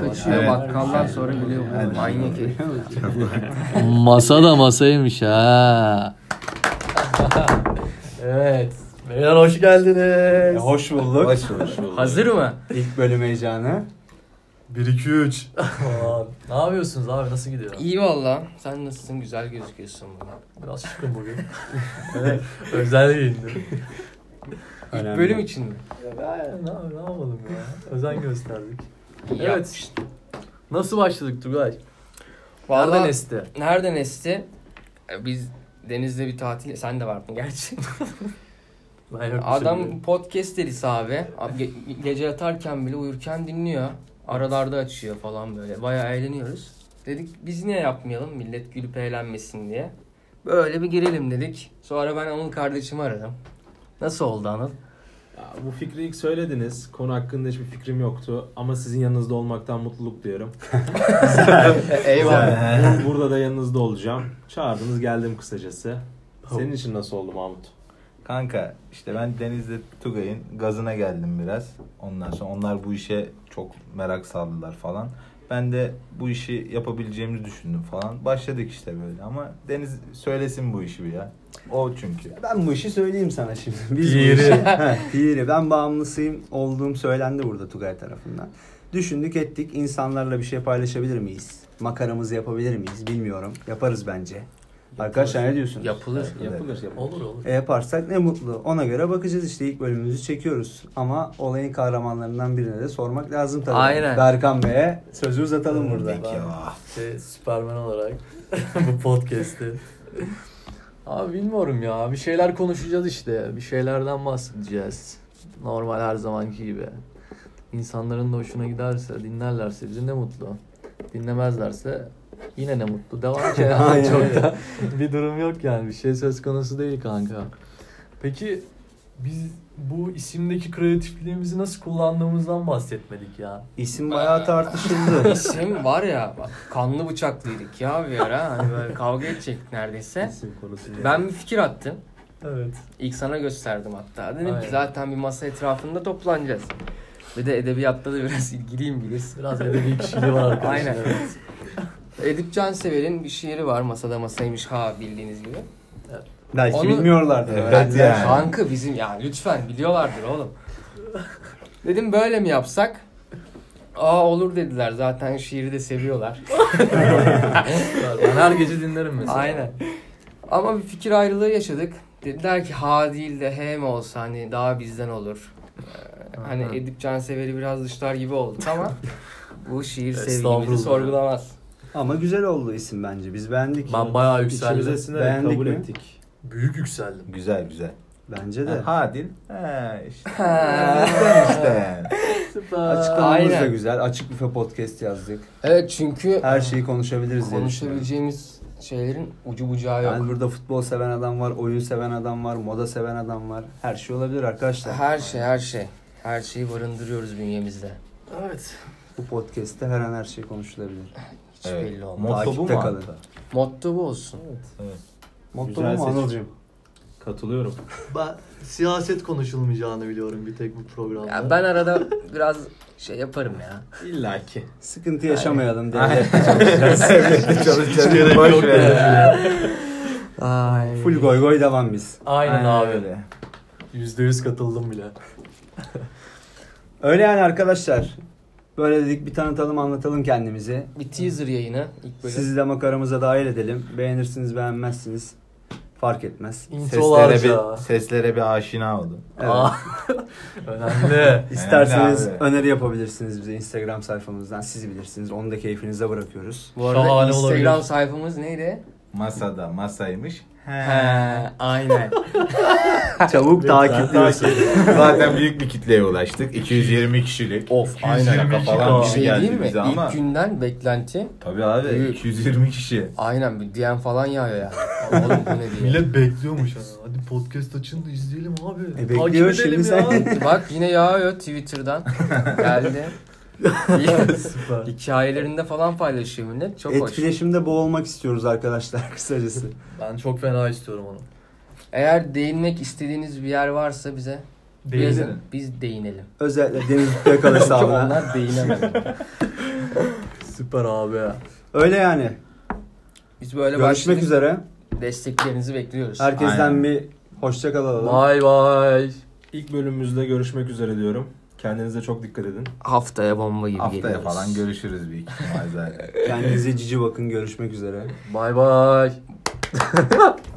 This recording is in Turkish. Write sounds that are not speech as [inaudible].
açıyor. Evet. Bakkaldan sonra bile manyak herif. [laughs] Masa da masaymış ha. Evet. Beyler hoş geldiniz. Hoş bulduk. Hoş hoş bulduk. Ee, Hazır mı? İlk bölüm heyecanı. 1 2 3. Aman, ne yapıyorsunuz abi? Nasıl gidiyor? İyi valla. Sen nasılsın? Güzel gözüküyorsun bana. Biraz şıkım bugün. evet. [laughs] Özel yayındı. Önemli. Bölüm için mi? Ben ne, ne yapalım ya? Özen gösterdik. İyi Evet. yapmışsın. Nasıl başladık Tugay? Nereden Valla esti? nereden esti? E, Biz denizde bir tatil... Sen de vardın [laughs] gerçi. Ben yok bir şey Adam bilmiyorum. podcast delisi abi. abi ge- gece yatarken bile uyurken dinliyor. Aralarda açıyor falan böyle. Bayağı eğleniyoruz. Dedik biz niye yapmayalım millet gülüp eğlenmesin diye. Böyle bir girelim dedik. Sonra ben onun kardeşimi aradım. Nasıl oldu Anıl? Ya, bu fikri ilk söylediniz. Konu hakkında hiçbir fikrim yoktu. Ama sizin yanınızda olmaktan mutluluk duyuyorum. [laughs] Eyvallah. Bur- Burada da yanınızda olacağım. Çağırdınız geldim kısacası. Senin için nasıl oldu Mahmut? Kanka işte ben Deniz'le Tugay'ın gazına geldim biraz. Ondan sonra onlar bu işe çok merak saldılar falan. Ben de bu işi yapabileceğimizi düşündüm falan. Başladık işte böyle ama Deniz söylesin bu işi bir ya. O çünkü. Ben bu işi söyleyeyim sana şimdi. Biz Piri. Bu işi, Heh, piri. Ben bağımlısıyım olduğum söylendi burada Tugay tarafından. Düşündük ettik insanlarla bir şey paylaşabilir miyiz? Makaramızı yapabilir miyiz bilmiyorum. Yaparız bence. Arkadaşlar ne diyorsunuz? Yapılır. Yapılır yapılır. Olur olur. E yaparsak ne mutlu. Ona göre bakacağız işte ilk bölümümüzü çekiyoruz. Ama olayın kahramanlarından birine de sormak lazım tabii. Aynen. Berkan Bey'e sözü uzatalım burada. Peki ya. Şey, Süperman olarak [laughs] bu podcast'i. Abi bilmiyorum ya. Bir şeyler konuşacağız işte. Bir şeylerden bahsedeceğiz. Normal her zamanki gibi. İnsanların da hoşuna giderse, dinlerlerse bizi ne mutlu. Dinlemezlerse yine ne mutlu. Devam ki yani. Aynen. Çok da bir durum yok yani. Bir şey söz konusu değil kanka. Peki biz bu isimdeki kreatifliğimizi nasıl kullandığımızdan bahsetmedik ya. İsim bayağı tartışıldı. İsim var ya bak, kanlı bıçaklıydık ya bir ara. Hani böyle kavga edecektik neredeyse. İsim konusu. Ben bir fikir attım. Evet. İlk sana gösterdim hatta. Dedim Aynen. ki zaten bir masa etrafında toplanacağız. Bir de edebiyatta da biraz [laughs] ilgiliyim bilirsin. Biraz edebi kişiliği var arkadaşlar. Aynen. Evet. Edip Cansever'in bir şiiri var masada masaymış ha bildiğiniz gibi. Belki Onu- bilmiyorlardı. Evet Öğrendiler. yani. Kanka bizim ya lütfen biliyorlardır oğlum. Dedim böyle mi yapsak? Aa olur dediler zaten şiiri de seviyorlar. Ben her gece dinlerim mesela. Aynen. Ama bir fikir ayrılığı yaşadık. Dediler ki ha değil de he mi olsa hani daha bizden olur. Ee, Aha. hani Edip Cansever'i biraz dışlar gibi olduk [laughs] ama bu şiir Estağfurullah. sevgimizi sorgulamaz. Ama güzel oldu isim bence. Biz beğendik. Ben bayağı İçimize yükseldim. sinerek Beğendik kabul mi? ettik. Büyük yükseldim. Güzel güzel. Bence de. Hadil. He işte. Ha. işte. Açıklamamız da Aynen. güzel. Açık büfe podcast yazdık. [laughs] Evet çünkü Her şeyi konuşabiliriz diye düşünüyorum. konuşabileceğimiz şeylerin ucu bucağı yok. Yani burada futbol seven adam var, oyun seven adam var, moda seven adam var. Her şey olabilir arkadaşlar. Her şey her şey. Her şeyi barındırıyoruz bünyemizde. Evet. Bu podcast'te her an her şey konuşulabilir. Hiç Evet. belli olmaz. Motto bu Takipte mu kalın. hatta? Motto bu olsun. Motto Güzel mu seçim. Anıl'cığım? Katılıyorum. Ben siyaset konuşulmayacağını biliyorum bir tek bu programda. Ya ben arada biraz şey yaparım ya. İlla ki. Sıkıntı yaşamayalım diye. [laughs] şey Evlilikte çalışacağız. Boş şey ver. Ay. Full goy goy devam biz. Aynen, abi. öyle. Yüzde yüz katıldım bile. Öyle yani arkadaşlar. Böyle dedik bir tanıtalım anlatalım kendimizi. Bir teaser yayını ilk bölüm. Sizi de makaramıza dahil edelim. Beğenirsiniz beğenmezsiniz. Fark etmez. Seslere İntolarca. bir, seslere bir aşina oldum. Evet. Aa, [laughs] Önemli. [laughs] İsterseniz Önemli abi. öneri yapabilirsiniz bize Instagram sayfamızdan. Siz bilirsiniz. Onu da keyfinize bırakıyoruz. Bu arada Şahane Instagram olabilir. sayfamız neydi? Masada masaymış. He. He, aynen. Çabuk takipliyorsun. [laughs] Zaten büyük bir kitleye ulaştık. 220 kişilik. of aynen. Kafalan Bir bir şey şey değil geldi mi? bize ama. İlk günden beklenti Tabii abi Büyük. 220 kişi. aynen bir DM falan yağıyor ya. Oğlum bu ne diye. [laughs] Millet bekliyormuş hani. Hadi podcast açın da izleyelim abi. E, bekliyor Takip edelim şimdi [laughs] ya. [laughs] Bak yine yağıyor Twitter'dan. Geldi. Süper. Hikayelerinde falan paylaşıyor millet. Çok hoş. Etkileşimde boğulmak istiyoruz arkadaşlar [laughs] kısacası. Ben çok fena istiyorum onu. Eğer değinmek istediğiniz bir yer varsa bize yazın. Biz değinelim. Özellikle Deniz Büyükakal Çünkü hesabına. onlar değinemez. Süper abi. Öyle yani. Biz böyle Görüşmek başladık. üzere. Desteklerinizi bekliyoruz. Herkesten Aynen. bir hoşça kalalım. Vay vay. İlk bölümümüzde görüşmek üzere diyorum. Kendinize çok dikkat edin. Haftaya bomba gibi Haftaya geliyoruz. falan görüşürüz büyük ihtimal zaten. Kendinize cici bakın. Görüşmek üzere. Bay bay.